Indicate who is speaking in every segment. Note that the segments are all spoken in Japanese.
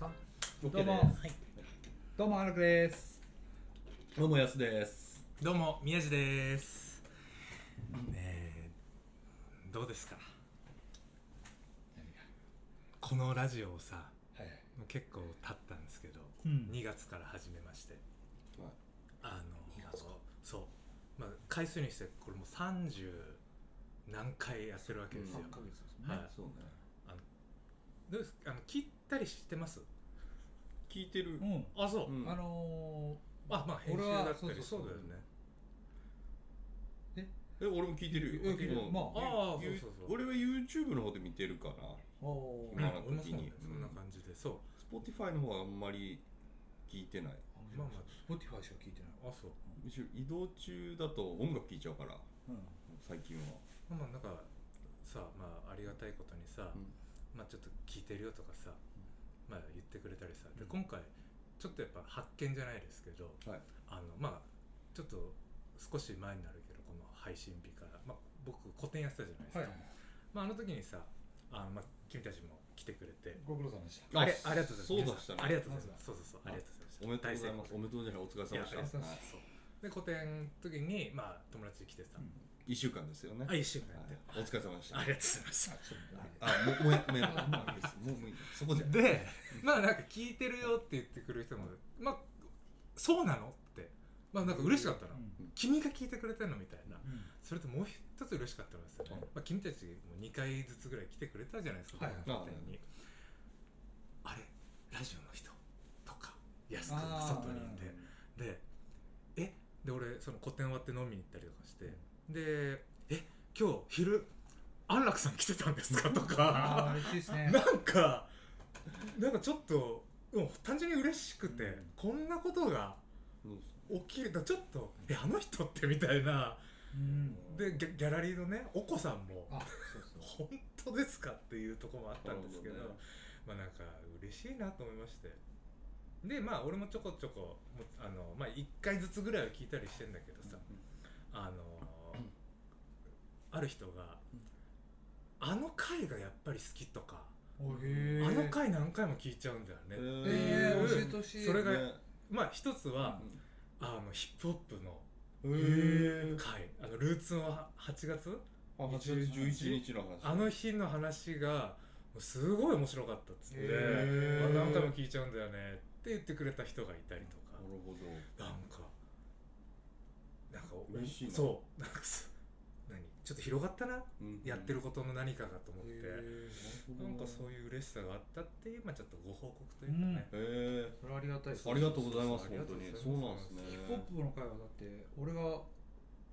Speaker 1: ど
Speaker 2: OK
Speaker 1: うも
Speaker 2: です
Speaker 3: はい、
Speaker 1: どうも、アルクです。
Speaker 2: どうもやすです
Speaker 3: どうも宮地です。ねえ、どうですか。このラジオをさ、
Speaker 2: はい
Speaker 3: もう結構経ったんですけど、
Speaker 1: うん
Speaker 3: 2月から始めまして、
Speaker 2: はい
Speaker 3: あのそう、まあ回数にしてこれもう30何回やってるわけですよ。
Speaker 2: ヶ月です
Speaker 3: はい
Speaker 2: そうね
Speaker 3: どうですあの切ったりしてます？
Speaker 2: 聞いてる
Speaker 1: うん。
Speaker 3: あそう。
Speaker 2: うん
Speaker 1: あの
Speaker 3: あまあ編集
Speaker 1: 俺は
Speaker 3: だった
Speaker 1: そう
Speaker 3: り
Speaker 1: そうそう
Speaker 3: そうだよね。
Speaker 2: え俺も聞いてるよ
Speaker 1: え聞いてる
Speaker 2: うん
Speaker 1: まあ
Speaker 3: ああ
Speaker 2: ゆ
Speaker 3: そうそうそう
Speaker 2: 俺は YouTube の方で見てるから
Speaker 1: ー、お
Speaker 3: う
Speaker 1: ー
Speaker 3: ん
Speaker 2: まあ
Speaker 3: 俺もそう
Speaker 2: 時
Speaker 3: だよ
Speaker 2: に
Speaker 3: そんな感じでそう。
Speaker 2: Spotify の方はあんまり聞いてない
Speaker 3: まあまあ
Speaker 1: スポティファイしか聞いてない。
Speaker 3: あそう。
Speaker 2: むしろ移動中だと音楽聴いちゃうか
Speaker 1: う
Speaker 2: ら
Speaker 1: ん。
Speaker 2: 最近は
Speaker 3: まあなんかさまあありがたいことに
Speaker 2: う
Speaker 3: さ、
Speaker 2: ん
Speaker 3: まあちょっと聞いてるよとかさ、まあ言ってくれたりさで今回ちょっとやっぱ発見じゃないですけど
Speaker 2: はい
Speaker 3: あのまあちょっと少し前になるけどこの配信日から、まあ、僕個展やってたじゃないです
Speaker 1: はい。
Speaker 3: か、まあ、あの時にさあの、まあ、君たちも来てくれて。
Speaker 1: ご苦労様でした。
Speaker 3: あれありがとうございます。
Speaker 2: そうでしたね
Speaker 3: ありがとうございます。
Speaker 1: そう
Speaker 3: そそうそう。ありがとうございま
Speaker 1: とうございま
Speaker 2: おめでとうございますおめでとうございますお疲れ様でしたはい
Speaker 3: した。大成功いやありがそうで、個展の時に、まあ、友達来てさ、
Speaker 1: うん
Speaker 2: 一週間ですよね
Speaker 3: あ、一週間や
Speaker 2: は
Speaker 3: って、
Speaker 2: いお疲れ様でした
Speaker 3: ありがとうございました。
Speaker 2: あもうもうやめろもういいですもうもういいそこじゃない
Speaker 3: でまあなんか聞いてるよって言ってくる人もまあそうなのってまあなんか嬉しかったの、
Speaker 1: うん
Speaker 3: 君が聞いてくれてんのみたいな、
Speaker 1: うん
Speaker 3: それともう一つ嬉しかったのはですね、
Speaker 2: うん
Speaker 3: まあ、君たちも2回ずつぐらい来てくれたじゃないですか、
Speaker 1: はい
Speaker 3: 僕の店にあれラジオの人とか安くんが
Speaker 1: あー
Speaker 3: 外にいてでえで俺その個展終わって飲みに行ったりとかしてでえ今日昼安楽さん来てたんですかと
Speaker 1: ああ、
Speaker 3: か
Speaker 1: 嬉しいですね。
Speaker 3: なんかなんかちょっとでも単純に嬉しくて、
Speaker 1: うん
Speaker 3: こんなことが
Speaker 2: そうです
Speaker 3: 起きるだちょっと「えあの人って」みたいな
Speaker 1: うん。
Speaker 3: でギャギャラリーのねお子さんも
Speaker 1: あ、
Speaker 3: 「本当ですか?」っていうところもあったんですけど
Speaker 2: なるほどね
Speaker 3: まあなんか嬉しいなと思いましてでまあ俺もちょこちょこもあの、まあ、1回ずつぐらいは聞いたりしてんだけどさ、あのーある人が「あの回がやっぱり好き」とか。
Speaker 1: おへえ。
Speaker 3: あの回何回も聞いちゃうんだよね。
Speaker 2: ー
Speaker 1: えー、
Speaker 3: うん
Speaker 1: 教えてほしい。
Speaker 3: それが
Speaker 2: ね
Speaker 3: まあ一つは、あのヒップホップの
Speaker 2: うん
Speaker 1: へ
Speaker 3: 回、あのルーツのは8月
Speaker 2: あ8月11日の話
Speaker 3: あの日の話がもうすごい面白かったっつって、
Speaker 1: へー
Speaker 3: あ何回も聞いちゃうんだよねって言ってくれた人がいたりと
Speaker 2: な、
Speaker 3: か
Speaker 2: るほど
Speaker 3: なんかなんか
Speaker 2: 嬉しいな
Speaker 3: そうなんかす何ちょっと広がったな、
Speaker 2: うん
Speaker 3: やってることの何かがと思って、
Speaker 1: へえ
Speaker 3: なんかそういう嬉しさがあったっていうまあちょっとご報告というかね、
Speaker 2: へえ
Speaker 1: それありがたいです。
Speaker 2: ありがとうございます
Speaker 3: そう
Speaker 2: 本当
Speaker 3: そうそう
Speaker 2: に
Speaker 3: ありがと
Speaker 2: そうう
Speaker 3: ござ
Speaker 2: ないん
Speaker 3: ま
Speaker 2: ですすね
Speaker 1: ヒップホップの回はだって、俺が、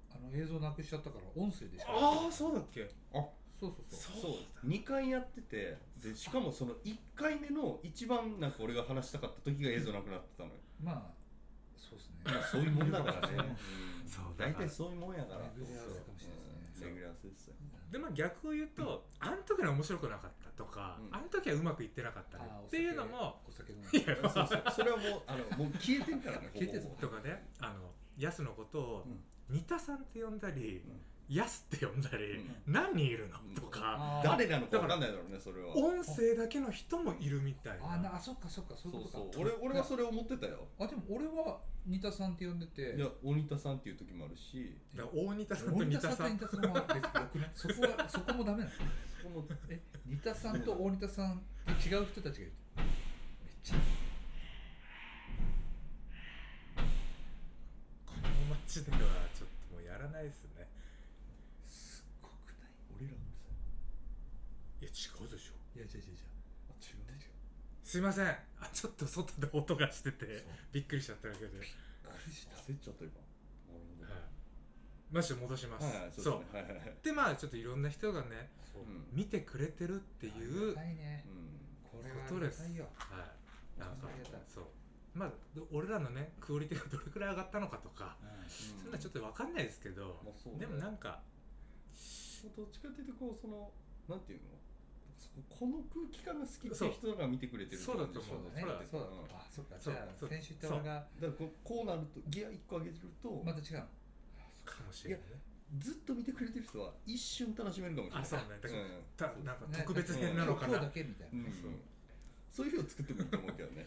Speaker 1: あの、映像なくしちゃったから、音声でしか。
Speaker 3: ああそうだっけ
Speaker 2: あ
Speaker 1: そうそうそう。
Speaker 3: そう
Speaker 2: そう2回やっててでしかもその1回目の一番なんか俺が話したかった時が映像なくなってたのよ
Speaker 1: まあ、そうですね。
Speaker 2: まあそういうもんだからねうん
Speaker 3: そう
Speaker 2: 大体そういうもんやから
Speaker 1: 巡り合わせかもしれないですね
Speaker 2: そううん巡り合わせですよ
Speaker 3: でまあ逆を言うと、あん時は面白くなかったとか、
Speaker 2: うん
Speaker 3: あの時はうまくいってなかったね
Speaker 1: あーお酒
Speaker 3: っていうの も
Speaker 1: お酒飲んで
Speaker 3: いや
Speaker 2: そうそうそれはもうあのもう消えてんからね
Speaker 1: 消えてんの
Speaker 2: ほぼ
Speaker 3: とかねあのヤスのことを
Speaker 2: うん
Speaker 3: 「ニタさん」って呼んだり
Speaker 2: うん
Speaker 3: 「ヤス」って呼んだり
Speaker 2: うん
Speaker 3: 「何人いるの
Speaker 2: うん?」
Speaker 3: とか、
Speaker 1: あー
Speaker 2: 誰なのか分かんないだろうねそれは
Speaker 3: 音声だけの人もいるみたい
Speaker 1: あな
Speaker 3: な
Speaker 1: あそっかそっかそういう
Speaker 2: そ
Speaker 1: こと
Speaker 2: う
Speaker 1: か
Speaker 2: そう俺俺はそれ思ってたよ
Speaker 1: あでも俺は仁田さんって呼んでて
Speaker 2: いや鬼田さんっていう時もあるし
Speaker 3: だから大仁田さんと
Speaker 1: 大
Speaker 3: ニ
Speaker 1: 仁田
Speaker 3: タ
Speaker 1: さ
Speaker 3: さ
Speaker 1: ん
Speaker 3: ん
Speaker 1: と仁田さんは別によくないそこはそこもダメなの
Speaker 2: そこも
Speaker 1: え仁田さんと大仁田さんって違う人たちがいるめっちゃ
Speaker 3: この街ではちょっともうやらないですね
Speaker 1: すごくない
Speaker 2: 俺らのさ
Speaker 3: いや違うでしょ
Speaker 1: いや違う違う違う
Speaker 2: あ違う
Speaker 3: すいませんあちょっと外で音がしてて
Speaker 2: そう
Speaker 3: びっくりしちゃっただけで、はい、
Speaker 2: 焦っちゃった今なる
Speaker 3: まして戻しま
Speaker 2: ほ
Speaker 3: す、
Speaker 2: どはいはい
Speaker 3: そう
Speaker 2: ですねはいはいはい
Speaker 3: でまあちょっといろんな人がね
Speaker 2: うん
Speaker 3: 見てくれてるっていう、
Speaker 1: 高いね
Speaker 2: うん
Speaker 1: これは
Speaker 3: ことです
Speaker 1: 高いよ
Speaker 3: はい、なんか
Speaker 1: ありがたい
Speaker 3: そうまあど俺らのねクオリティがどれくらい上がったのかとか、そんなのはちょっと分かんないですけど、
Speaker 2: まあそうね
Speaker 3: でもなんか
Speaker 2: どっちかっていうとこうそのなんていうのそここの空気感が好きって
Speaker 3: そ
Speaker 2: いうう人が見てくれてる
Speaker 3: そうだと思
Speaker 1: そうだね
Speaker 2: そうだ
Speaker 1: そうだ
Speaker 2: うん
Speaker 1: あそっか
Speaker 3: そ
Speaker 1: じ
Speaker 3: う
Speaker 1: ゃ
Speaker 3: そ
Speaker 1: あ
Speaker 3: う
Speaker 1: 先週言った俺が
Speaker 2: だからこうこうなるとギア1個上げてると、
Speaker 1: また違うの
Speaker 3: かもしれないね
Speaker 2: ずっと見てくれてる人は一瞬楽しめるかもしれない
Speaker 3: あそうねだか
Speaker 2: う
Speaker 3: ら、
Speaker 2: ん
Speaker 3: たなんか特別編な
Speaker 1: 今
Speaker 3: の
Speaker 1: 日
Speaker 3: か
Speaker 1: 今日
Speaker 3: な、
Speaker 1: だけみたいな
Speaker 2: うん
Speaker 3: そう
Speaker 2: そういう日を作ってもいいと思うけどね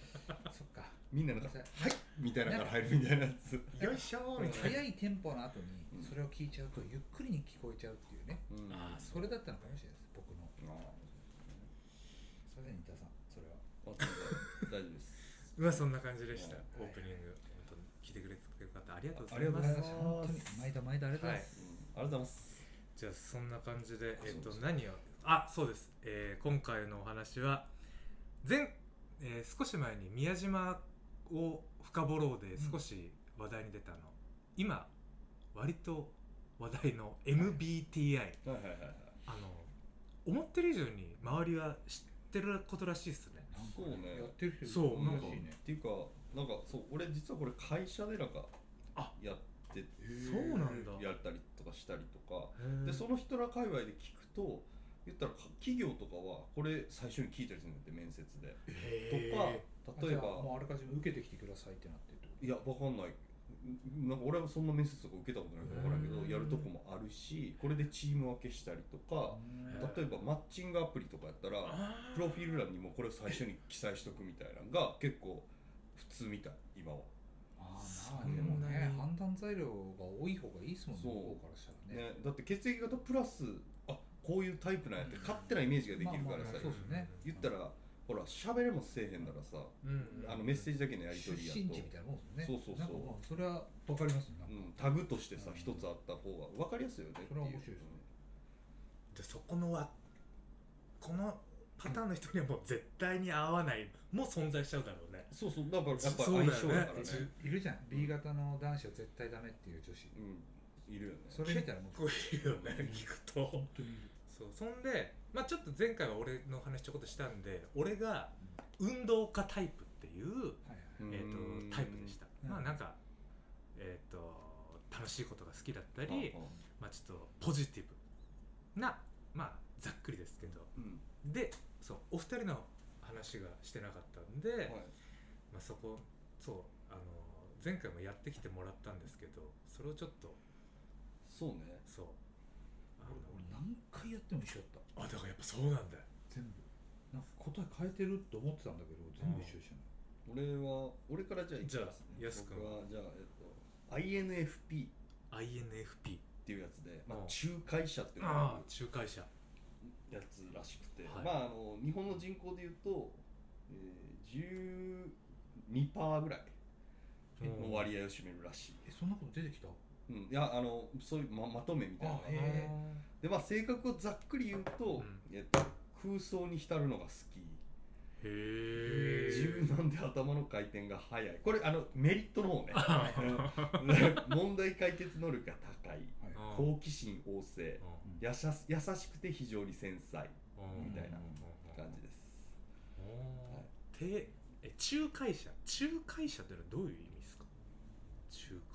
Speaker 1: そっか
Speaker 2: みんななんか「はい!」みたいなから入るみたいなやつ、
Speaker 3: よいしょーみたいな
Speaker 1: 早いテンポの後
Speaker 2: うん
Speaker 1: にそれを聞いちゃうとゆっくりに聞こえちゃうっていうね
Speaker 2: うん
Speaker 3: あー
Speaker 1: それだったのかもしれないです僕の
Speaker 2: あ
Speaker 1: それで新田さんそれは
Speaker 2: ーあ全然大丈夫です
Speaker 3: うわそんな感じでした
Speaker 2: はい
Speaker 3: オープニング本当に聞いてくれてる方ありがとうご
Speaker 2: ありがとうご
Speaker 3: ざ
Speaker 2: ざ
Speaker 3: い
Speaker 2: い
Speaker 3: ま
Speaker 2: ますす
Speaker 1: 本当に毎度毎度ありがとうございます、
Speaker 2: うんありがとうございます
Speaker 3: じゃあそんな感じで
Speaker 2: あ
Speaker 3: えっ
Speaker 2: そう
Speaker 3: と
Speaker 2: です
Speaker 3: 何をあそうですえー今回のお話は前えー少し前に宮島を深掘ろうで
Speaker 1: うん
Speaker 3: 少し話題に出たの今割と話題の MBTI
Speaker 2: はいはいはいはい
Speaker 3: あの思ってる以上に周りは知ってることらしいですね
Speaker 1: なんか
Speaker 2: そうね
Speaker 1: やってる人
Speaker 3: そう
Speaker 1: 多いらしい
Speaker 3: なん
Speaker 1: ね
Speaker 2: っていうかなんかそう俺実はこれ会社でなんか
Speaker 3: あ
Speaker 2: やって
Speaker 3: そうなんだ
Speaker 2: やったりとかしたりとか
Speaker 3: へ
Speaker 2: で
Speaker 3: ー
Speaker 2: その人ら界隈で聞くと言ったらか企業とかはこれ最初に聞いたりするんだって面接で
Speaker 3: へー
Speaker 2: とか例え
Speaker 1: あじゃあ
Speaker 2: ば
Speaker 1: もうあらかじめ受けてきてくださいってなってるってこと
Speaker 2: いやわかんないんなんか俺はそんな面接とか受けたことないから分からんけ
Speaker 3: う
Speaker 2: ど
Speaker 3: ん
Speaker 2: やるとこもあるしこれでチーム分けしたりとか
Speaker 1: うん
Speaker 2: 例えばマッチングアプリとかやったら
Speaker 3: あー
Speaker 2: プロフィール欄にもこれを最初に記載しとくみたいなのが結構普通みたい今は
Speaker 1: あ
Speaker 3: そ
Speaker 1: あまあ
Speaker 3: ん
Speaker 1: でも
Speaker 3: なに
Speaker 1: ね判断材料が多い方がいいですもんね
Speaker 2: そう
Speaker 1: 向こうからしたらね
Speaker 2: ねだって血液型プラスあこういうタイプなんやって勝手なイメージができるか
Speaker 1: ま
Speaker 2: ら
Speaker 1: あまあま
Speaker 2: さ
Speaker 1: あそうですね
Speaker 2: 言ったらほら喋れもせえへんならさ
Speaker 3: うん
Speaker 2: あのメッセージだけのやり
Speaker 1: 出
Speaker 2: 取りやと
Speaker 1: 身地みたいなもんです
Speaker 2: そ
Speaker 1: もん
Speaker 2: う
Speaker 1: ね
Speaker 2: そうそう
Speaker 1: なんかまあそれは分かりますよなんか
Speaker 2: うん、タグとしてさ
Speaker 1: うん
Speaker 2: 一、つあった方が分かりやすいよねっていう
Speaker 1: それは面白いですね
Speaker 3: じゃあそこのはこのパターンの人にはもう絶対に合わないも存在しちゃうだろうね
Speaker 2: そうそうだからやっぱ
Speaker 3: そうだよね
Speaker 2: 相性だからね
Speaker 3: じ
Speaker 1: いるじゃん B 型の男子は絶対ダメっていう女子
Speaker 2: うんいるよね
Speaker 1: それ見たらもう
Speaker 3: こういうよね聞くと
Speaker 1: 本当にいる
Speaker 3: そうそんで、まあ、ちょっと前回は俺の話ちょこっとしたんで俺が運動家タイプっていう、
Speaker 1: はいはい
Speaker 2: うん
Speaker 3: えー、とタイプでした
Speaker 1: うん
Speaker 3: まあなんかえっ、と楽しいことが好きだった
Speaker 2: うん
Speaker 3: り、まあ、ちょっとポジティブなまあざっくりですけど
Speaker 2: うん
Speaker 3: でそうお二人の話がしてなかったんで、
Speaker 2: はい
Speaker 3: まあ、そこそうあの前回もやってきてもらったんですけどそれをちょっと
Speaker 2: そうね
Speaker 3: そうあ
Speaker 1: 俺俺
Speaker 3: の
Speaker 1: 何回やっても一緒だった
Speaker 3: あだからやっぱそうなんだよ
Speaker 1: 全部なんか答え変えてるって思ってたんだけど全部一緒でしたね
Speaker 2: 俺は俺からじゃあいきますね
Speaker 3: じゃあやす君
Speaker 2: 僕はじゃあ、えっと、INFP っ
Speaker 3: INFP
Speaker 2: ていうやつで、まあ
Speaker 3: うん、
Speaker 2: 仲介者っていうのが
Speaker 3: ああ仲介者
Speaker 2: やつらしくて、
Speaker 3: はい
Speaker 2: まああの日本の人口でいうと、えー、12%ぐらいの割合を占めるらしい、
Speaker 1: えそんなこと出てきた
Speaker 2: うんいやあのそういうままとめみたいな
Speaker 1: あへえ
Speaker 2: でまあ性格をざっくり言うと、
Speaker 3: う
Speaker 2: えっと、空想に浸るのが好き
Speaker 3: へ
Speaker 2: 柔
Speaker 3: え
Speaker 2: 軟で頭の回転が速いこれあのメリットの方ね
Speaker 3: あー
Speaker 2: うん 問題解決能力が高い
Speaker 1: はい
Speaker 3: あー
Speaker 2: 好奇心旺盛
Speaker 3: う
Speaker 2: やしゃ優しくて非常に繊細
Speaker 3: んうん
Speaker 2: みたいな
Speaker 3: うん
Speaker 2: 感じです
Speaker 3: うん
Speaker 2: はい
Speaker 3: てえ仲介者仲介者ってのはどういう意味ですか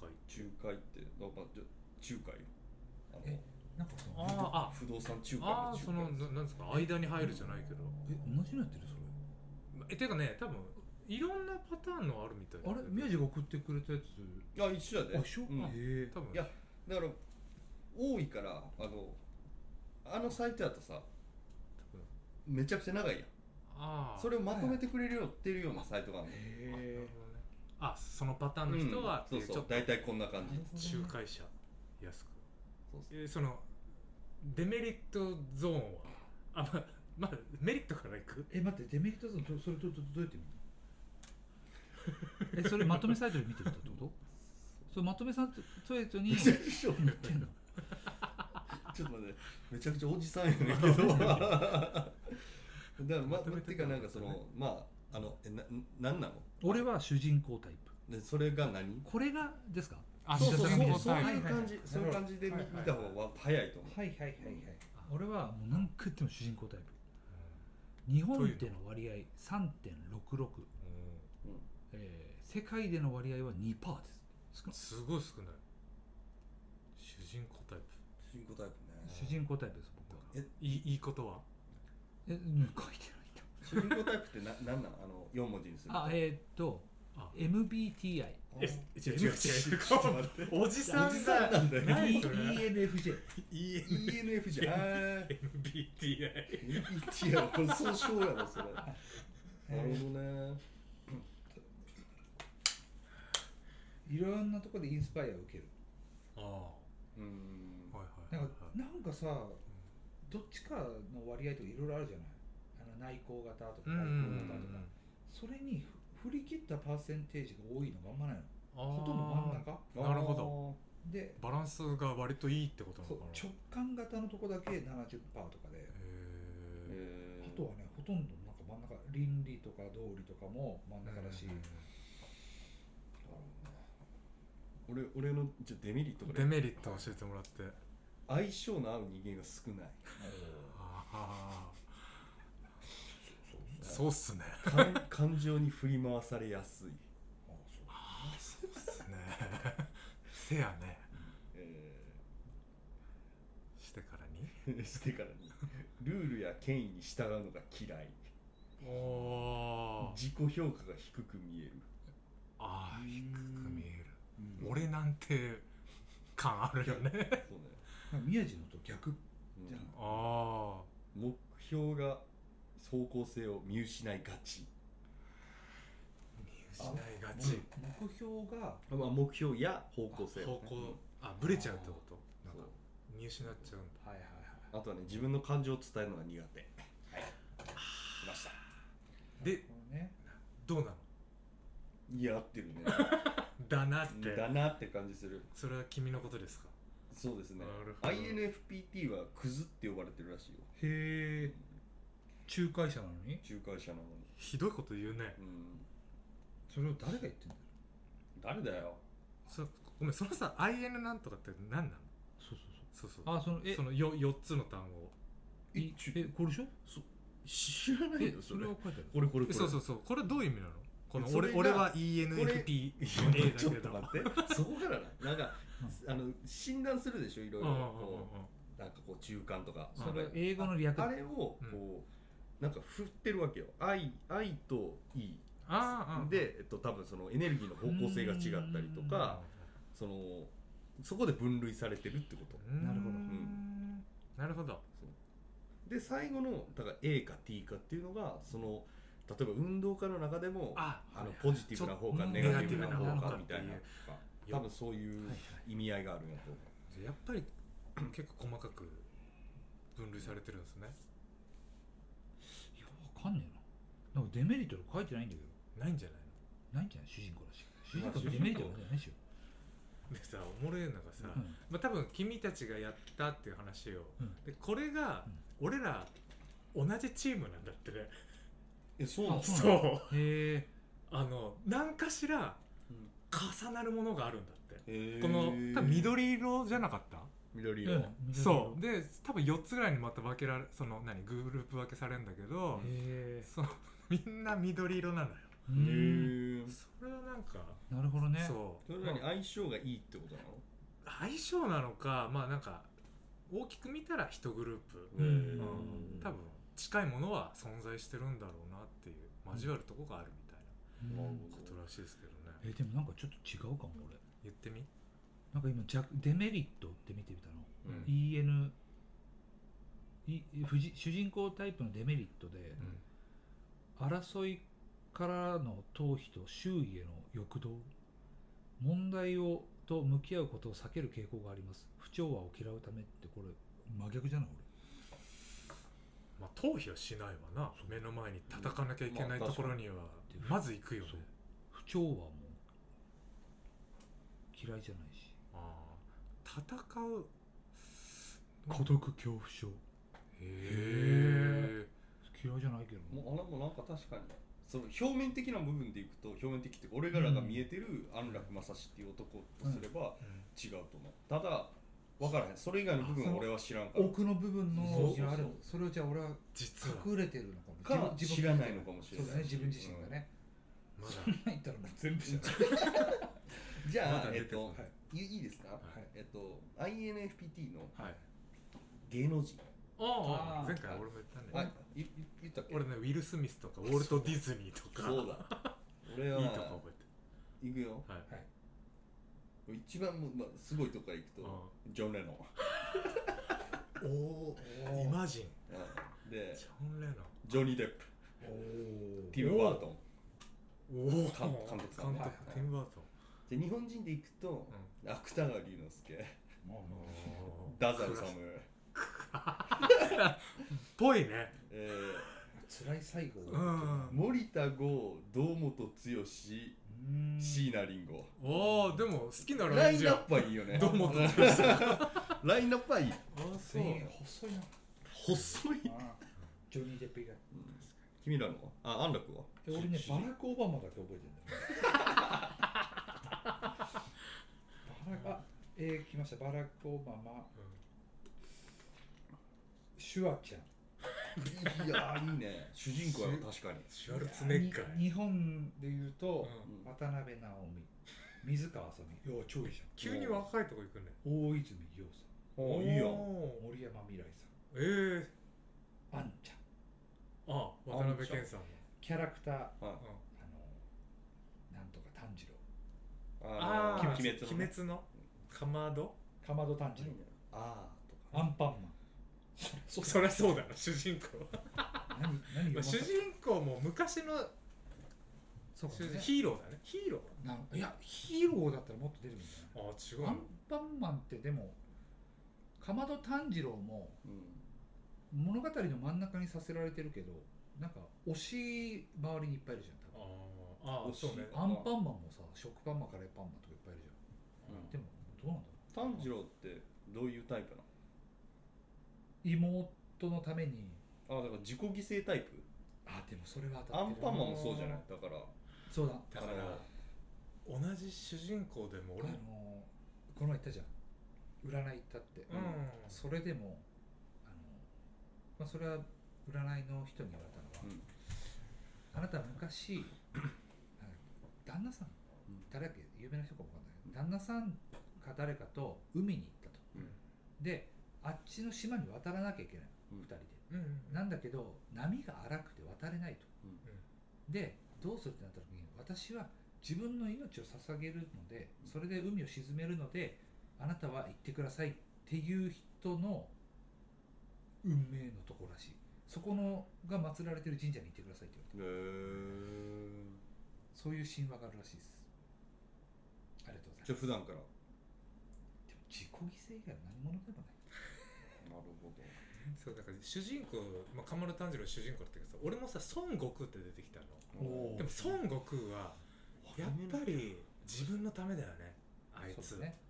Speaker 3: 仲介
Speaker 2: 仲介ってなんかじゃ仲介よあの
Speaker 1: えなんかその
Speaker 3: あ
Speaker 2: 不動産仲介の
Speaker 3: あああ
Speaker 2: 仲
Speaker 3: その
Speaker 2: 介
Speaker 3: ななんですか間に入るじゃないけど
Speaker 1: え同じのやってるそ
Speaker 3: えてかね多分いろんなパターンのあるみたい
Speaker 1: れ
Speaker 3: な
Speaker 1: あれ宮地が送ってくれたやつ
Speaker 2: あ一緒やで
Speaker 1: あ一緒
Speaker 2: うん
Speaker 1: あへ
Speaker 2: だ
Speaker 1: え
Speaker 3: 多分
Speaker 2: いやから多いからあのあのサイトやとさ
Speaker 3: 分
Speaker 2: めちゃくちゃ長いやん
Speaker 3: ああ
Speaker 2: それをまとめてくれるよっていうようなサイトがあるの
Speaker 3: あなる
Speaker 1: へ
Speaker 3: ほどねあそのパターンの人はって
Speaker 2: う
Speaker 3: い
Speaker 2: ん
Speaker 3: う
Speaker 2: そうそ
Speaker 3: ちょ
Speaker 2: う
Speaker 3: っと
Speaker 2: 大体こんな感じ
Speaker 3: 仲介者安く
Speaker 2: そうそう
Speaker 3: えそのデメリットゾーンはあまあまあメリットからいく
Speaker 1: え待ってデメリットゾーンとそれとどどうやって見るのえそれまとめサイトで見てみたってことそれまとめサイトに
Speaker 2: ちょっ
Speaker 1: 載ってんの
Speaker 2: と待ってめちゃくちゃおじさんやねんけどだからま
Speaker 3: まとめ
Speaker 2: って
Speaker 3: て
Speaker 2: か
Speaker 3: た
Speaker 2: なんん
Speaker 3: だね
Speaker 2: かそのまああのえななんなの
Speaker 1: 俺は主人公タイプ
Speaker 2: でそれが何
Speaker 1: これがですか
Speaker 3: あ
Speaker 2: そうそう
Speaker 3: じゃあ
Speaker 2: そう
Speaker 3: の
Speaker 2: そう
Speaker 3: タ
Speaker 2: い
Speaker 3: イ
Speaker 2: う
Speaker 3: プ
Speaker 2: 感じそういう感じで見
Speaker 3: はいはい
Speaker 2: 見た方が早いと思う
Speaker 1: はいはいはいはい
Speaker 3: あ
Speaker 1: 俺はもう何回言っても主人公タイプ日本での割合3.66、
Speaker 3: うん
Speaker 1: えー、世界での割合は2%です少ない
Speaker 3: すごい少ない主人公タイプ
Speaker 2: 主人公タイ
Speaker 1: 主人公タイプです僕はい
Speaker 3: いいいことは
Speaker 1: えうん書いてないんだ
Speaker 2: プね主人公タイプってななんなんあの四文字にする
Speaker 1: あえーっと
Speaker 3: あ
Speaker 1: MBTI
Speaker 3: え違う違う違うおじさ
Speaker 2: おじ
Speaker 3: ん
Speaker 2: さんな
Speaker 3: だ
Speaker 2: んだよ
Speaker 3: 何
Speaker 1: E-
Speaker 3: それ
Speaker 1: ENFJ
Speaker 2: ENF じゃん
Speaker 3: ENMBTI
Speaker 2: ET やろこれ総称やろそれなるほどね
Speaker 1: いろんなとこでインスパイアを受ける
Speaker 3: ああは
Speaker 2: うん
Speaker 3: いはい
Speaker 1: な
Speaker 3: はい
Speaker 1: ん
Speaker 3: は
Speaker 1: かなんかさどっちかの割合とかいろいろあるじゃないあの内向型とか
Speaker 3: いうんう
Speaker 1: 外向
Speaker 3: んうんう
Speaker 1: 型とか
Speaker 3: ん
Speaker 1: それにふ振り切ったパーセンテージが多いのがあんまないの
Speaker 3: あー
Speaker 1: ほとんど真ん中
Speaker 3: なるほど
Speaker 1: で
Speaker 3: バランスが割といいってことな
Speaker 1: そ
Speaker 3: の
Speaker 1: う
Speaker 3: かな
Speaker 1: 直感型のとこだけ70%とかで
Speaker 3: へ
Speaker 2: あーえ
Speaker 3: え
Speaker 2: ー
Speaker 1: あとはねほとんどなんか真ん中倫理とか道理とかも真ん中だし、
Speaker 2: 俺俺のじゃあデメリット
Speaker 3: デ
Speaker 2: が
Speaker 3: メリット教えてもらって
Speaker 2: 相性の合う人間が少ない
Speaker 3: ああ
Speaker 1: そうそう
Speaker 3: そうっすね
Speaker 2: 感感情に振り回されやすい、
Speaker 1: あそう
Speaker 3: ああそうっすね せやね
Speaker 2: え
Speaker 3: してからに
Speaker 2: ーしてからにルールや権威に従うのが嫌い
Speaker 3: おお
Speaker 2: 自己評価が低く見える、
Speaker 3: ああ低く見える
Speaker 2: うん
Speaker 3: 俺なんて感あるよね
Speaker 2: そうね、
Speaker 1: なんか宮地のと逆
Speaker 2: うん
Speaker 1: じゃあ
Speaker 3: ああ
Speaker 2: 目標が方向性を見失いがち、
Speaker 3: 見失いが
Speaker 1: 目
Speaker 3: ち
Speaker 1: 目標が
Speaker 2: あまあ、目標や方向性う
Speaker 3: 方
Speaker 2: ん
Speaker 3: 向あぶれちゃうってこと
Speaker 2: そ
Speaker 3: なんか
Speaker 2: う
Speaker 3: 見失っちゃうんだ
Speaker 1: はいはい
Speaker 2: あとはね自分の感情を伝えるのが苦手はい来ました
Speaker 1: はい
Speaker 3: で
Speaker 1: これね
Speaker 3: どうなの
Speaker 2: いや合って るね
Speaker 3: だなって
Speaker 2: だなって感じする
Speaker 3: それは君のことですか
Speaker 2: そうですね
Speaker 3: なるほど
Speaker 2: INFPT はクズって呼ばれてるらしいよ
Speaker 1: へえ仲介者なのに
Speaker 2: 仲介者なのに
Speaker 3: ひどいこと言うね
Speaker 2: うん
Speaker 1: それを誰が言ってんだよ
Speaker 2: 誰だよ
Speaker 3: そごめんそのさ IN なんとかって何なの
Speaker 1: そうそうそう
Speaker 3: そうそう
Speaker 1: あそのえ
Speaker 3: そのよ4つの単語
Speaker 1: いえこれでしょ
Speaker 2: 知ら
Speaker 1: えそれは書いてある
Speaker 2: これこれこれ
Speaker 3: そうそうそうこれどういう意味なのこの
Speaker 2: それ
Speaker 3: 俺
Speaker 2: が
Speaker 3: 俺は
Speaker 2: これ
Speaker 3: ENFP
Speaker 2: いや
Speaker 3: A だ
Speaker 2: ちょっ
Speaker 3: け
Speaker 2: と
Speaker 3: ど
Speaker 2: 待って そこからななんかあの診断するでしょいろいろ
Speaker 3: うんうん
Speaker 2: こうなんかこう中間とか
Speaker 1: それ英語の略
Speaker 2: あ
Speaker 1: だ
Speaker 2: れをこ
Speaker 3: う
Speaker 2: うなんか振ってるわけよ愛愛といい
Speaker 3: ああ
Speaker 2: で、えっと、多分そのエネルギーの方向性が違ったりとかそのそこで分類されてるってこと
Speaker 1: なるほど
Speaker 3: うんなるほど
Speaker 2: で最後のだから A か T かっていうのがその例えば運動家の中でも
Speaker 3: あ
Speaker 2: あの
Speaker 3: はい
Speaker 2: ポジティブな方か
Speaker 3: ちょ
Speaker 2: ネガティブな
Speaker 1: ネガティブな
Speaker 2: 方
Speaker 1: 方
Speaker 2: か
Speaker 1: か
Speaker 2: みたいな
Speaker 3: っていう
Speaker 2: 多分そういう
Speaker 1: はい
Speaker 2: 意味合いがあるんやと思う
Speaker 3: やっぱり結構細かく分類されてるんですね
Speaker 1: いやわかんねえななんかデメリットとか書いてないんだけど
Speaker 3: ないんじゃない
Speaker 1: ないんじゃない主人公らしい主
Speaker 2: ま
Speaker 1: 人
Speaker 2: あ
Speaker 1: 公デメリットなんじゃないでしょ、
Speaker 3: のでさおもろいのが
Speaker 1: う
Speaker 3: さ、ま
Speaker 1: ん
Speaker 3: あ、多分君たちがやったっていう話を、
Speaker 1: うん
Speaker 3: でこれが俺ら同じチームなんだってね
Speaker 2: えそう
Speaker 1: なの
Speaker 3: そうう
Speaker 1: へえ
Speaker 3: あの何かしら
Speaker 2: うん
Speaker 3: 重なるものがあるんだって
Speaker 2: へー
Speaker 3: この多分緑色じゃなかった
Speaker 2: 緑
Speaker 1: え
Speaker 2: 色、
Speaker 3: そうで多分4つぐらいにまた分けられその何グループ分けされるんだけど、
Speaker 1: へ
Speaker 3: その みんな緑色なのよ
Speaker 1: え
Speaker 2: へー
Speaker 3: それはなんか、
Speaker 1: なるほどね
Speaker 3: そ
Speaker 2: そ
Speaker 3: う
Speaker 2: れらに
Speaker 3: まあ
Speaker 2: 相性がいいってことなの
Speaker 3: 相性なのかまあなんか大きく見たら1グループ、
Speaker 1: うん
Speaker 2: へー
Speaker 3: うん多分近いものは存在してるんだろうなっていう交わるとこがあるみたいな
Speaker 1: うん
Speaker 2: なるほ
Speaker 3: こと
Speaker 2: ど
Speaker 3: らしいですけどね、
Speaker 1: えでもなんかちょっと違うかも俺
Speaker 3: 言ってみ
Speaker 1: なんか今弱デメリットって見てみたの
Speaker 2: うん
Speaker 1: EN いふじ主人公タイプのデメリットで、争いからの逃避と周囲への欲動問題をと向き合うことを避ける傾向があります不調和を嫌うためってこれ真逆じゃない
Speaker 3: まあ逃避はしないわな目の前に叩かなきゃいけないところには
Speaker 1: まあ確かに
Speaker 3: まず行くよね
Speaker 1: そう俺不調和も嫌いじゃないし
Speaker 3: あー戦う
Speaker 1: 孤独恐怖症
Speaker 3: へえ
Speaker 1: 嫌いじゃないけど
Speaker 2: も
Speaker 1: な
Speaker 2: うあれもなんか確かにその表面的な部分でいくと表面的って俺らが見えてる安楽正史っていう男とすれば違うと思うただ分からへんそれ以外の部分は俺は知らんから
Speaker 1: 奥の部分
Speaker 2: そう
Speaker 1: の
Speaker 2: そうそう
Speaker 1: あれをそれをじゃあ俺は
Speaker 3: 実は
Speaker 1: 隠れてるのかも
Speaker 2: か
Speaker 1: 自分
Speaker 2: 知らないのかもしれない
Speaker 1: そうだね自分自身がね、
Speaker 3: まだ
Speaker 1: 入ったのが全部じゃない
Speaker 2: じゃあ、
Speaker 3: まだ
Speaker 2: え
Speaker 3: 出
Speaker 2: って
Speaker 3: こ
Speaker 2: と
Speaker 3: ない
Speaker 2: いいいですか、
Speaker 1: い
Speaker 2: えっと INFPT の
Speaker 3: はい
Speaker 2: 芸能人、
Speaker 1: あ
Speaker 3: ああ
Speaker 1: ー
Speaker 3: 前回俺も言ったね、
Speaker 2: はいいい言ったっけ
Speaker 3: 俺ねウィル・スミスとかウォルト・ディズニーとか
Speaker 2: そうだ俺はい
Speaker 3: いとこ覚
Speaker 2: 行くよ
Speaker 3: えてはい、
Speaker 2: 一番もう、まあ、すごいとこから行くと、ジョン・レノン
Speaker 3: おおーイマジン
Speaker 2: うんで
Speaker 3: ジョン・レノン
Speaker 2: ジョニー・デップ
Speaker 1: おー
Speaker 2: ティム・バートン
Speaker 3: おお監
Speaker 2: か監督さんね
Speaker 3: 督
Speaker 2: はい
Speaker 3: ティム・バートン
Speaker 2: で日本人でいくと、芥川龍之介
Speaker 3: おー
Speaker 2: 太宰治
Speaker 3: ぽいね
Speaker 2: え
Speaker 1: 辛い最後
Speaker 3: う
Speaker 2: ー
Speaker 3: ん
Speaker 2: 森田剛堂本剛椎名林檎
Speaker 3: おーでも好きな
Speaker 2: ラ
Speaker 3: ライ
Speaker 2: イ
Speaker 3: ン
Speaker 2: ン
Speaker 3: じゃ
Speaker 2: ナ
Speaker 3: ん
Speaker 2: ップはいいよね
Speaker 3: 堂本剛
Speaker 2: ラインナップはいい
Speaker 3: あそう
Speaker 1: 全員細いな
Speaker 2: 細い
Speaker 1: あージョニー・デップ以外
Speaker 2: 君らのあ安楽は
Speaker 1: え俺ね
Speaker 2: 知
Speaker 1: バラク・オバマだけ覚えてるんだよバラあえー、来ましたバラク・オバマシュワちゃん
Speaker 2: いやーいいね主人公やわ確かに
Speaker 3: シュワルツェネッガー
Speaker 1: に日本で言うと、
Speaker 3: うん
Speaker 1: 渡辺直美水川あさみいや超いいじ
Speaker 3: 急に若いとこ行くね
Speaker 1: ゃん大泉洋さ
Speaker 2: おいいやん
Speaker 1: ん森山未来さ
Speaker 3: ええ
Speaker 1: んあんちゃん
Speaker 3: あ渡辺謙さんの
Speaker 1: キャラクターあ
Speaker 2: はい
Speaker 1: のなんとか炭治郎
Speaker 2: あ
Speaker 3: ー
Speaker 2: の鬼滅のね
Speaker 3: 鬼滅のかまど
Speaker 1: かまど炭治郎、
Speaker 2: あーと
Speaker 1: ア
Speaker 2: か
Speaker 1: ンパンマン
Speaker 3: そそりゃそうだな主人公は
Speaker 1: 何何
Speaker 3: ま
Speaker 1: 読ま
Speaker 3: あ主
Speaker 1: せ
Speaker 3: 人公も昔の
Speaker 1: そうか
Speaker 3: 主
Speaker 1: ね
Speaker 3: 人ヒーローだねヒーロ
Speaker 1: なんいやヒーローだったらもっと出るんじゃない
Speaker 3: ーあ違う
Speaker 1: ア
Speaker 3: の
Speaker 1: ンパンマンってでもかまど炭治郎も
Speaker 2: うん
Speaker 1: 物語の真ん中にさせられてるけどなんか推し周りにいっぱいいるじゃん多分
Speaker 3: あーあー
Speaker 2: 推し
Speaker 3: そうね
Speaker 2: あ
Speaker 1: アンパンマンもさ食パンマンカレーパンマンとかいっぱいいる
Speaker 2: うん
Speaker 1: じゃんでもどうなんだろ
Speaker 2: 炭治郎ってどういうタイプな
Speaker 1: う妹のために
Speaker 2: のあーだから自己犠牲タイプ
Speaker 1: あでもそれは当たっ
Speaker 2: ア
Speaker 1: て
Speaker 2: ン
Speaker 1: る
Speaker 2: パンマンもそうじゃないだから
Speaker 1: そうだ
Speaker 3: だから同じ主人公でも
Speaker 1: 俺
Speaker 3: 俺
Speaker 1: あのーこの前言ったじゃん占い行ったって、
Speaker 3: うん
Speaker 1: それでもあの、まあ、それは占いの人に言われたのは、
Speaker 2: うん
Speaker 1: あなたは昔なんか旦那さん、
Speaker 2: うん
Speaker 1: 誰だっけ有名な人かもわかんないけど旦那さんか誰かと海に行ったと、
Speaker 2: うん
Speaker 1: であっちの島に渡らなきゃいけない、
Speaker 2: うん
Speaker 1: 二人で
Speaker 3: うんうん
Speaker 1: なんだけど波が荒くて渡れないと、
Speaker 2: うん
Speaker 1: でどうするってなった時に私は自分の命を捧げるのでそれで海を沈めるのであなたは行ってくださいっていう人の運命のとこらしいそこのが祀られてる神社に行ってくださいって言われ
Speaker 2: へ
Speaker 1: た
Speaker 2: ー
Speaker 1: そういう神話があるらしいですありがとうございます
Speaker 2: じゃあ普段から
Speaker 1: でも自己犠牲以外は何者でもない
Speaker 2: なるほど
Speaker 3: そうだから主人公、まあ、鎌田炭治郎の主人公だったけどさ俺もさ孫悟空って出てきたの
Speaker 1: おー
Speaker 3: でも孫悟空はやっぱり自分のためだよねあい
Speaker 1: そ
Speaker 3: つそうう
Speaker 1: だね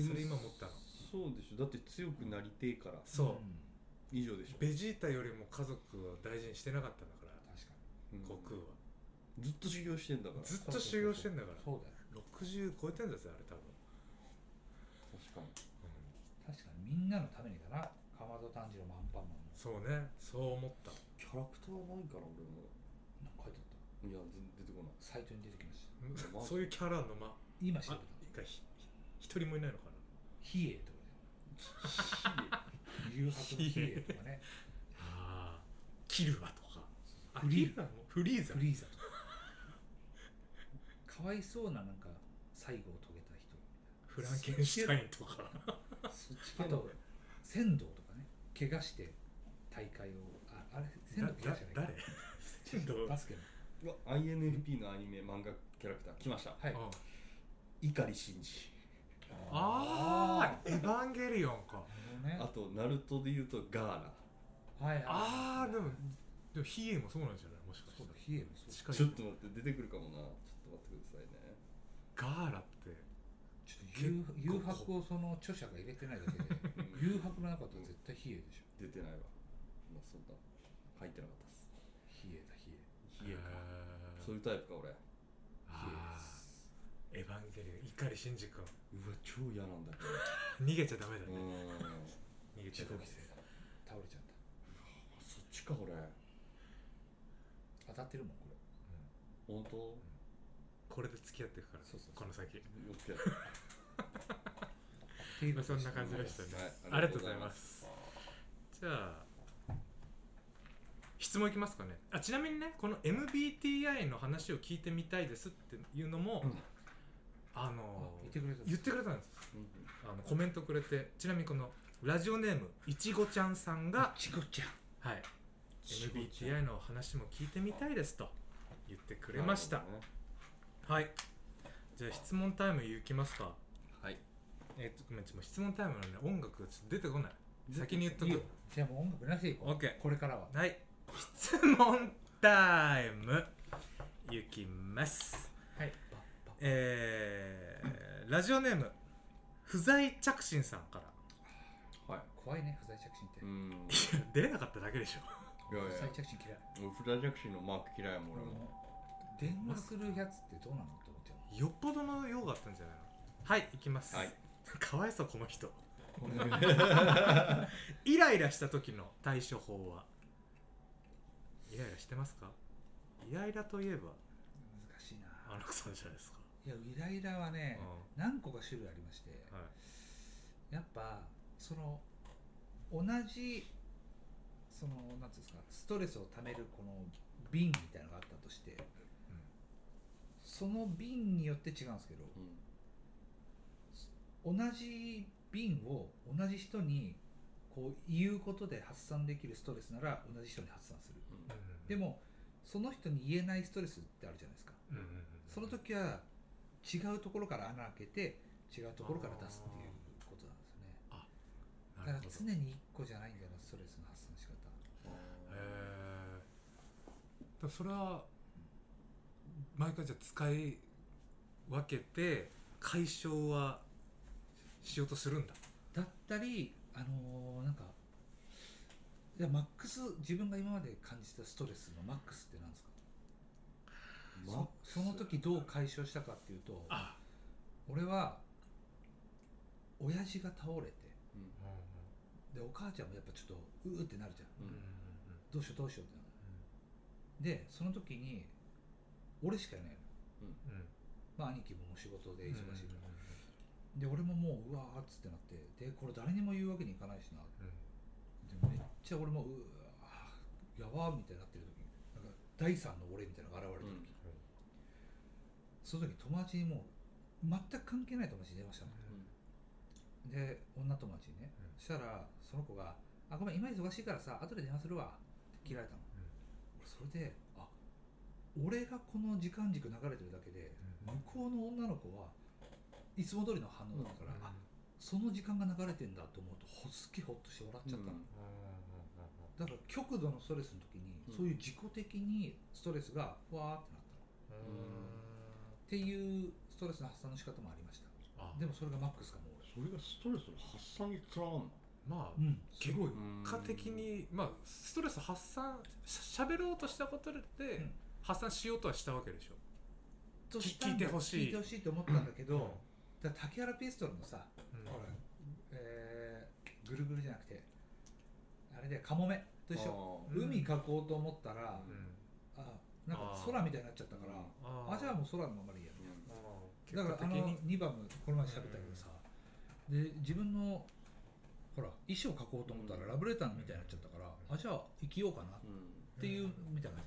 Speaker 3: れ今思ったの
Speaker 2: そうでしょだって強くなりてえから
Speaker 3: そう、
Speaker 1: ん
Speaker 2: 以上でしょ
Speaker 3: ベジータよりも家族を大事にしてなかったんだから
Speaker 1: 確か
Speaker 2: うん
Speaker 3: 悟空は
Speaker 2: ずっと修行してんだから
Speaker 3: ず
Speaker 1: そ
Speaker 3: っ
Speaker 1: うそうそう
Speaker 3: と修行してんだから
Speaker 1: にそうだよ
Speaker 3: 60超えてんだぜあれ多分、
Speaker 2: 確かに
Speaker 3: うん
Speaker 1: 確かにみんなのためにだなかまど炭治郎もアンパンマンも
Speaker 3: そうねそう思った
Speaker 2: キャラクターないから俺も
Speaker 1: なんか書いてあった
Speaker 2: いや全出てこない
Speaker 1: サイトに出てきました
Speaker 2: マジ
Speaker 3: そういうキャラのまあ
Speaker 1: 今
Speaker 3: 一
Speaker 1: 調べた
Speaker 3: 回ひ一人もいないのかな
Speaker 1: 比叡とかね誘発の比叡とかね
Speaker 3: ああキルアとかあ
Speaker 1: フリー
Speaker 3: キルアもフリーザ
Speaker 1: フリーザとかかわいそうななんか最後を遂げた人
Speaker 3: フランケンシュタインとか
Speaker 2: そっち
Speaker 1: あ
Speaker 2: 系の
Speaker 1: と仙道とかね怪我して大会をああれ仙道怪我じゃない
Speaker 3: 誰仙道
Speaker 1: バスケの
Speaker 2: うわ INFP のアニメ漫画キャラクター来ました
Speaker 1: はい
Speaker 2: 碇シンジ
Speaker 3: ああエヴァンゲリオンか
Speaker 1: あのね
Speaker 2: あとナルトで言うとガーラ
Speaker 1: はいはい
Speaker 3: ああでもでもヒエもそうなんじゃないもしかし
Speaker 1: そうだ
Speaker 3: た
Speaker 1: 比叡もそうちょ
Speaker 2: ち
Speaker 3: ら近
Speaker 2: ょっと
Speaker 3: い
Speaker 2: 待って出てくるかもなちょっと待ってくださいね
Speaker 3: ガーラって
Speaker 1: っと誘誘白をその著者が入れてないだけで誘白の中とは絶対比叡でしょ
Speaker 2: 出てないわまあそうだ入ってなかったっす
Speaker 1: 比叡だ比叡
Speaker 2: 冷えか
Speaker 3: えー
Speaker 2: そういうタイプか俺うわ
Speaker 3: あーエヴァンゲリオン碇シンジ君
Speaker 2: 超嫌なんだけど
Speaker 3: 逃げちゃダメだ
Speaker 2: う
Speaker 3: ね
Speaker 2: ーん
Speaker 3: 逃げち
Speaker 1: 自
Speaker 3: ゃ
Speaker 1: 己
Speaker 3: ダ
Speaker 1: 犠牲だ倒れ
Speaker 3: メ
Speaker 1: ちゃった
Speaker 2: そっちか俺
Speaker 1: 当たってるもんこれ
Speaker 2: 本当
Speaker 3: これで付き合っていくから
Speaker 1: そうそうそう
Speaker 3: この先
Speaker 2: よくやっ
Speaker 1: っていう
Speaker 3: まあ
Speaker 1: こ
Speaker 3: そ
Speaker 1: とで
Speaker 3: ん
Speaker 1: した
Speaker 3: な感じでしたね
Speaker 2: はい
Speaker 3: ありがとうございますじゃあ質問いきますかねあちなみにねこの MBTI の話を聞いてみたいですっていうのも、
Speaker 2: うん
Speaker 3: あ
Speaker 1: あ
Speaker 3: の
Speaker 1: 言ってくれたんで
Speaker 3: 言っ
Speaker 1: す
Speaker 3: てくれたんです
Speaker 2: うん
Speaker 3: あのコメントくれてちなみにこのラジオネームいちごちゃんさんが、
Speaker 1: ちごちゃん
Speaker 3: はい、MBTI の話も聞いてみたいですと言ってくれました、
Speaker 2: なるほどね
Speaker 3: はいじゃあ質問タイム行きますか
Speaker 2: はい
Speaker 3: えっとごめんちょっと質問タイムなんで音楽がちょっと出てこない先に言っと
Speaker 1: いいよ
Speaker 3: く
Speaker 1: じゃあもう音楽なしでいこう
Speaker 3: OK
Speaker 1: これからは
Speaker 3: はい質問タイム行きます
Speaker 1: はい
Speaker 3: えー、ラジオネーム不在着信さんから
Speaker 2: はい
Speaker 1: 怖いね不在着信って
Speaker 2: うーん
Speaker 3: いや出れなかっただけでしょ
Speaker 2: いやい
Speaker 1: 不
Speaker 2: や
Speaker 1: 在着信嫌い
Speaker 2: 俺フラジャクシーのマーク嫌いやもん俺
Speaker 1: 俺
Speaker 2: も
Speaker 1: も電話するやつってどうなのって思ってる
Speaker 3: よっぽどの用があったんじゃないのはい行きます、
Speaker 2: はい
Speaker 3: かわいそうこの人イライラした時の対処法はイライラしてますかイライラといえば
Speaker 1: 難しいな
Speaker 3: アナクさんじゃないですか、
Speaker 1: いやイライラはね何個か種類ありまして
Speaker 3: うんはい
Speaker 1: やっぱその同じそのなんていうんですかストレスをためるこの瓶みたいなのがあったとしてその瓶によって違うんですけど
Speaker 2: う
Speaker 1: 同
Speaker 2: ん
Speaker 1: じ瓶を同じ人にこう言うことで発散できるストレスなら同じ人に発散する
Speaker 2: うん
Speaker 3: うん
Speaker 1: でもその人に言えないストレスってあるじゃないですか
Speaker 3: うんうんうん
Speaker 1: その時は違うところから穴開けて違うところから出すっていうことなんですよねだか
Speaker 3: な
Speaker 1: ら
Speaker 3: るほど
Speaker 1: 常に1個じゃないんだよなストレスの発散の仕方
Speaker 3: へえそれは毎回じゃあ使い分けて解消はしようとするんだ
Speaker 1: だったりあのーなんかじゃあマックス自分が今まで感じたストレスのマックスって何ですか
Speaker 2: マッ
Speaker 1: そ
Speaker 2: クス
Speaker 1: その時どう解消したかっていうと
Speaker 3: あ
Speaker 1: 俺は親父が倒れて
Speaker 2: うん
Speaker 1: でお母ちゃんもやっぱちょっとうーってなるじゃん
Speaker 2: う
Speaker 3: うんうん
Speaker 2: ん
Speaker 1: どうしようどうしようってなるでその時に俺しかいないの
Speaker 3: うんうん
Speaker 1: まあ兄貴ももう仕事で
Speaker 3: う
Speaker 1: 忙
Speaker 3: ん
Speaker 1: しいから、で俺ももううわーっつってなってでこれ誰にも言うわけにいかないしな
Speaker 3: うん
Speaker 1: でめっちゃ俺もうわーやばーみたいになってる時になんか第三の俺みたいなのが現れた時、
Speaker 2: うん
Speaker 1: その時友達にもう全く関係ない友達に電話したの、で女友達にね、
Speaker 3: うん
Speaker 1: そしたらその子が「あごめん今忙しいからさ後で電話するわ」って切られたの、俺それであ俺がこの時間軸流れてるだけで
Speaker 3: うん
Speaker 1: 向こうの女の子はいつも通りの反応だったから、
Speaker 3: うん
Speaker 1: あその時間が流れてんだと思うとほすきほっとして笑っちゃったの、
Speaker 2: うん
Speaker 1: だから極度のストレスの時に、
Speaker 2: うん
Speaker 1: そういう自己的にストレスがわーってなったのっていうストレスの発散の仕方もありました
Speaker 3: あ
Speaker 1: でもそれがマックスかも俺
Speaker 2: それがストレスの発散につながんの
Speaker 3: まあ
Speaker 1: うん
Speaker 3: 結構
Speaker 2: うん
Speaker 3: 結果的にまあストレス発散しゃべろうとしたことで
Speaker 1: ん
Speaker 3: 発散しようとはしたわけでしょ
Speaker 1: としたん
Speaker 3: 聞い
Speaker 1: だ
Speaker 3: てほしい
Speaker 1: 聞いてほしいと思ったんだけど、だから竹原ピストルのさ、
Speaker 3: うん
Speaker 1: ほらえーぐるぐるじゃなくてあれでカモメと一緒
Speaker 2: 緒
Speaker 3: うん
Speaker 1: 海描こうと思ったら、
Speaker 3: うん
Speaker 1: あなんか空みたいになっちゃったから
Speaker 2: う
Speaker 3: あ
Speaker 1: あじゃあもう空のままでいいや
Speaker 3: あー
Speaker 1: だからあ
Speaker 3: 結果的
Speaker 1: の
Speaker 3: に
Speaker 1: 2番もこの前喋ったけどさ、で自分のほら衣装描こうと思ったらラブレターみたいになっちゃったから、
Speaker 3: うん
Speaker 1: あじゃあ生きようかなっ
Speaker 2: うん
Speaker 1: ていう、
Speaker 3: うん
Speaker 1: みたいな感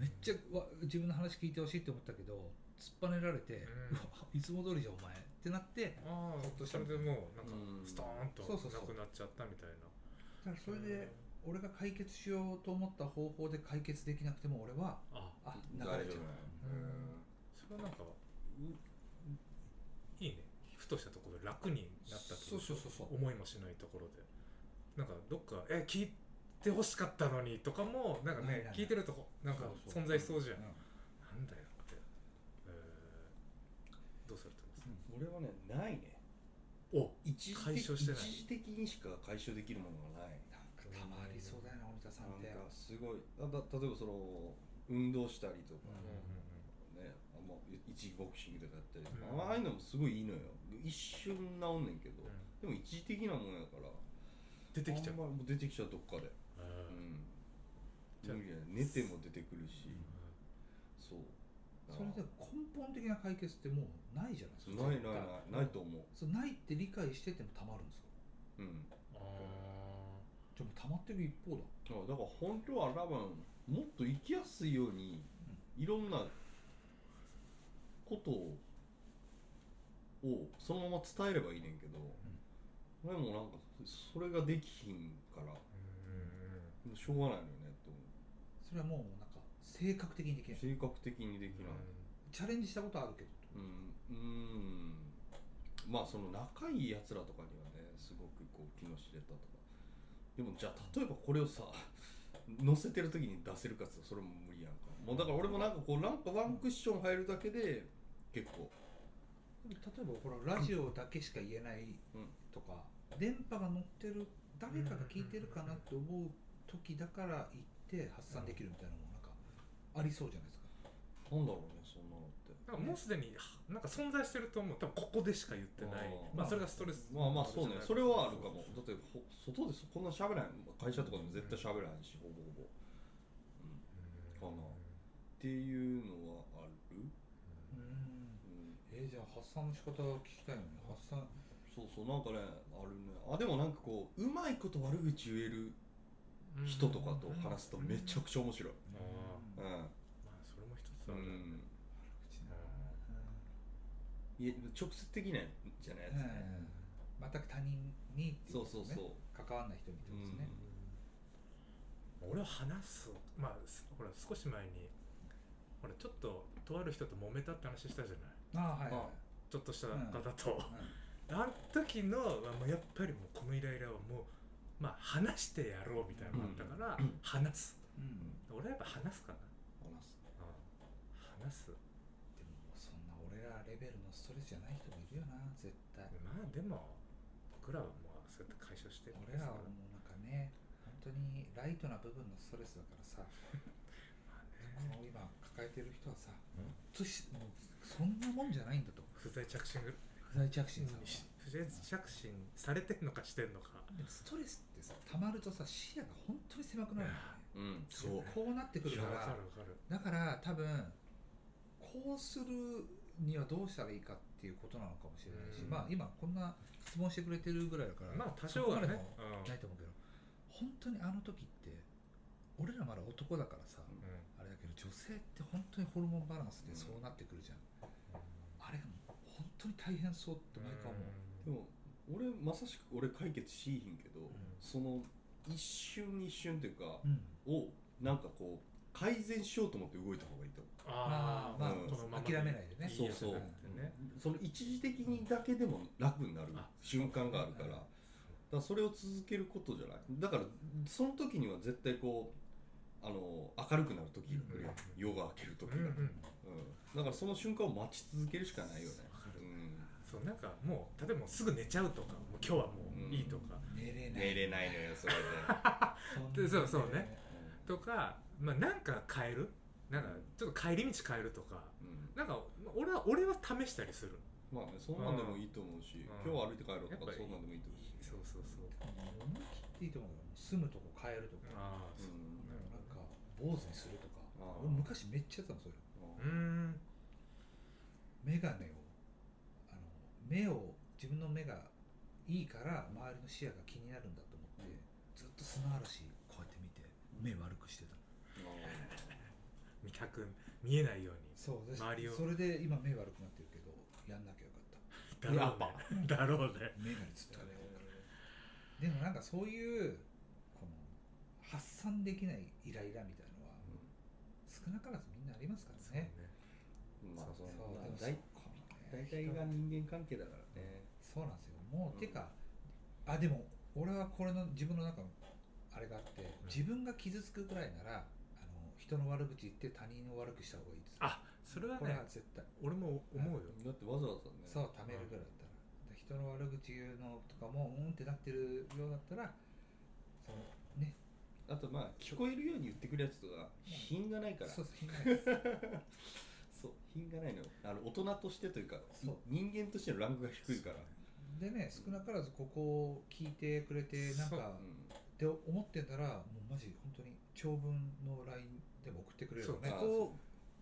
Speaker 1: じめっちゃわ自分の話聞いてほしいって思ったけど突っぱねられて、
Speaker 3: うん
Speaker 1: うわいつも通りじゃんお前ってなって
Speaker 3: ああとしたのでもうなんか
Speaker 2: うん
Speaker 3: ストーンと
Speaker 1: そうそうそう
Speaker 3: なくなっちゃったみたいな
Speaker 1: だからそれで俺が解決しようと思った方法で解決できなくても俺は
Speaker 3: あ
Speaker 1: あ流
Speaker 2: 大
Speaker 1: れ
Speaker 2: 丈
Speaker 1: ち
Speaker 2: 夫
Speaker 1: ゃう
Speaker 3: それはなんかういいねふとしたところで楽になったってことでしょ
Speaker 1: そうそうそうそう
Speaker 3: 思いもしないところでなんかどっかえ聞いてほしかったのにとかもなんかね
Speaker 1: ないないない
Speaker 3: 聞いてるとこなんか
Speaker 1: そうそう
Speaker 3: 存在しそうじゃん
Speaker 1: うん
Speaker 3: なんだよって、えーどうされてます
Speaker 2: 俺はねないね
Speaker 3: お
Speaker 2: 一時的
Speaker 3: 解消してない
Speaker 2: 一時的にしか解消できるものがない
Speaker 1: なんかたまりそうだよな鬼田さんって
Speaker 2: なんかすごいあだ例えばその運動したりと
Speaker 1: う
Speaker 2: か
Speaker 1: ん
Speaker 2: ね、あんま一時ボクシングとかやったりとか、
Speaker 3: うん
Speaker 2: ああいうのもすごいいいのよ一瞬治んねんけど、でも一時的なもんやから
Speaker 3: 出てきちゃう
Speaker 2: あんまもう出てきちゃうどっかで、
Speaker 3: え
Speaker 2: うん、
Speaker 3: ーじゃあ
Speaker 2: 無理やね寝ても出てくるし、そう
Speaker 1: それで根本的な解決ってもうないじゃないですか絶対
Speaker 2: ないないないないと思う
Speaker 1: そうないって理解しててもたまるんですか
Speaker 2: うん
Speaker 3: あー
Speaker 1: じゃあもうたまってる一方だ
Speaker 2: あだから本当は多分もっと生きやすいようにいろんなことををそのまま伝えればいいねんけど、でもなんかそれができひんから
Speaker 3: うん
Speaker 2: もうしょうがないのよねって思う
Speaker 1: それはもうなんか性格的にできない
Speaker 2: 性格的にできない、
Speaker 1: チャレンジしたことあるけど
Speaker 2: うん、うんまあその仲いいやつらとかにはねすごくこう気の知れたとかでもじゃあ例えばこれをさ載せてる時に出せるかっつうとそれも無理やんかもうだから俺もなんかこうなんかワンクッション入るだけで結構
Speaker 1: 例えばほらラジオだけしか言えない
Speaker 2: うん
Speaker 1: とか、電波が乗ってる誰かが聞いてるかなって思う時だから行って発散できるみたいなのもなんかありそうじゃないですか
Speaker 2: なんだろうねそんなのって
Speaker 3: なんかもうすでにはなんか存在してると思う多分ここでしか言ってない
Speaker 2: あー
Speaker 3: まあそれがストレス
Speaker 2: まあまあそうねそれはあるかも
Speaker 3: そう
Speaker 2: だっ
Speaker 3: そ
Speaker 2: て
Speaker 3: う
Speaker 2: ほ外でそこんな喋らない会社とかでも絶対喋らないしほぼほぼ、うん、っ
Speaker 3: そ
Speaker 2: か
Speaker 3: う
Speaker 2: なていうのはある、
Speaker 3: うん
Speaker 1: うん
Speaker 2: うん、
Speaker 1: えーじゃあ発散の仕方聞きたいよね発散
Speaker 2: そうそうなんかねあるねあでもなんかこううまいこと悪口言える人とかと話すとめちゃくちゃ面白い
Speaker 3: あ
Speaker 2: う
Speaker 3: ー
Speaker 2: ん、
Speaker 3: まあそれも一つ
Speaker 2: う
Speaker 3: だね
Speaker 2: ん、
Speaker 1: 口な
Speaker 2: いや直接的なんじゃないや
Speaker 1: う
Speaker 2: つ
Speaker 1: ん
Speaker 2: ね、
Speaker 1: 全く他人にってい
Speaker 2: そうう
Speaker 1: こと
Speaker 2: そう
Speaker 1: ね
Speaker 2: そう
Speaker 1: 関わらない人にってことですね、
Speaker 3: うん俺は話すまあすほら少し前にほらちょっととある人と揉めたって話したじゃない
Speaker 1: ああはいはい
Speaker 2: あ
Speaker 3: ちょっとした
Speaker 1: うん
Speaker 3: 方と、
Speaker 1: はい、
Speaker 3: あの時のまあもうやっぱりもうこのイライラはもうまあ話してやろうみたいなのがあったから、話す
Speaker 1: うんうん、
Speaker 3: 俺はやっぱ話すかな、
Speaker 2: 話す
Speaker 1: でも
Speaker 3: 話す
Speaker 1: そんな俺らレベルのストレスじゃない人もいるよな絶対
Speaker 3: まあでも僕らはもうそうやって解消してるん
Speaker 1: 俺
Speaker 3: です
Speaker 1: ら
Speaker 3: か
Speaker 1: は
Speaker 3: ら
Speaker 1: もうなんかね本当にライトな部分のストレスだからさ
Speaker 3: まあ
Speaker 1: こ
Speaker 3: ね
Speaker 1: の今抱えてる人はさ、
Speaker 3: うん
Speaker 1: としもうそんなもんじゃないんだと
Speaker 3: 不在着信ぐらい
Speaker 1: 不在着信さんは、
Speaker 3: 不在着信されてんのかしてんのか
Speaker 1: でもストレスってさたまるとさ視野が本当に狭くなるんだよね
Speaker 2: うんそう
Speaker 1: こうなってくる
Speaker 3: いや
Speaker 1: か
Speaker 3: わからるわかる
Speaker 1: だから多分こうするにはどうしたらいいかっていうことなのかもしれないし、
Speaker 3: うん
Speaker 1: まあ今こんな質問してくれてるぐらいだから
Speaker 3: まあ多少はね
Speaker 1: そこまでもないと思うけど、本当にあの時って俺らまだ男だからさ、
Speaker 2: うん
Speaker 1: あれだけど女性って本当にホルモンバランスでそうなってくるじゃん、あれが本当に大変そうって毎回思う、
Speaker 2: でも俺まさしく俺解決しいひんけど、
Speaker 3: ん
Speaker 2: その一瞬一瞬というか
Speaker 1: うん
Speaker 2: をなんかこう改善しようと思って動いた方がいいと思う
Speaker 3: ああ
Speaker 1: まあ
Speaker 2: まあ
Speaker 3: このままで
Speaker 1: 諦めないでね
Speaker 3: いやつ
Speaker 2: そうそう
Speaker 3: だってね
Speaker 2: その一時的にだけでも楽になる
Speaker 3: あ
Speaker 2: 瞬間があるからだからそれを続けることじゃないだからその時には絶対こうあの明るくなる時が来るよ、
Speaker 3: うん
Speaker 2: 夜が明ける時が、
Speaker 3: う
Speaker 2: うんん
Speaker 3: うん
Speaker 2: だからその瞬間を待ち続けるしかないよね
Speaker 3: わか、る
Speaker 2: う
Speaker 3: そうなんかもう例えばもうすぐ寝ちゃうとかもう今日はもういいとか、
Speaker 1: 寝れ
Speaker 2: ん、
Speaker 1: ない
Speaker 2: 寝れないのよそれで、
Speaker 3: でそうそうね
Speaker 2: う
Speaker 3: とかまあなんか変えるなんかちょっと帰り道変えるとか
Speaker 2: んうん
Speaker 3: なんか俺は俺は試したりする
Speaker 2: まあねそんなんでもいいと思うし、
Speaker 3: うん
Speaker 2: 今日は歩いて帰ろうと
Speaker 3: やっぱ
Speaker 2: か
Speaker 3: り
Speaker 2: そんなんでもいいと思うし、
Speaker 3: そうそうそう
Speaker 1: 思い切っていいと思うよ住むとこ変えるとか
Speaker 3: ああ
Speaker 2: う
Speaker 3: そうん
Speaker 1: なんか坊主にするとか
Speaker 2: あー
Speaker 1: 俺昔めっちゃやったのそれ
Speaker 3: うーん
Speaker 1: 眼鏡をあの目を自分の目がいいから周りの視野が気になるんだと思って、ずっと砂嵐こうやって見て目悪くしてたの
Speaker 3: 見たく見えないように
Speaker 1: そうで
Speaker 3: 周りを
Speaker 1: それで今目悪くなってるけどやんなきゃよかった
Speaker 3: だろ
Speaker 2: やっぱ
Speaker 3: うねだろうね
Speaker 1: 眼鏡ずっとかけてるからでもなんかそういうこの発散できないイライラみたいのは少なからずみんなありますからね
Speaker 2: うんまあ
Speaker 1: そ
Speaker 2: そうう
Speaker 1: でも
Speaker 2: だい
Speaker 1: そこの
Speaker 2: 大
Speaker 1: ね
Speaker 2: 体が人間関係だからね
Speaker 1: そうなんですよもう、
Speaker 2: うん
Speaker 1: てかあでも俺はこれの自分の中のあれがあって、
Speaker 3: ん
Speaker 1: 自分が傷つくくらいならあの人の悪口言って他人を悪くした方がいいです
Speaker 3: あそれは
Speaker 1: これ
Speaker 3: ね
Speaker 1: は絶対
Speaker 3: 俺も思うよ
Speaker 2: だってわざわざね
Speaker 1: そう貯めるぐらいだったらで人の悪口言うのとかもうんってなってるようだったらそのね
Speaker 2: あとまあ聞こえるように言ってくるやつとか品がないから
Speaker 1: そう
Speaker 2: そう
Speaker 1: そう品がないです
Speaker 2: 品がないのよあの大人としてというか
Speaker 1: そう
Speaker 2: 人間としてのランクが低いから
Speaker 1: でね少なからずここを聞いてくれてなん
Speaker 3: そう
Speaker 1: かって思ってたらもうマジ本当に長文の LINE でも送ってくれるよ
Speaker 3: そ
Speaker 1: ね
Speaker 3: う
Speaker 2: あ
Speaker 3: こ
Speaker 2: ー
Speaker 3: こ
Speaker 2: そう
Speaker 3: を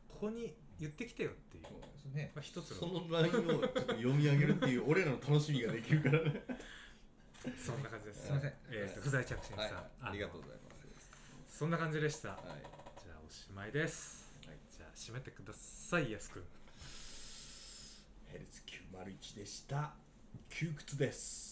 Speaker 3: ここに言ってきてよっていう、
Speaker 2: そう
Speaker 1: そうね
Speaker 3: まあ、一つの
Speaker 2: そのラインをちょっと読み上げるっていう俺らの楽しみができるからね
Speaker 3: そんな感じです
Speaker 1: すいません
Speaker 3: えーと不在着信 さん、
Speaker 2: はいありがとう
Speaker 3: う
Speaker 2: ございます
Speaker 3: そんな感じでしたじゃ
Speaker 2: はい
Speaker 3: あおしまいです、
Speaker 2: はい
Speaker 3: じゃあ締めてくださいやすくん
Speaker 2: ヘルツ901でした窮屈です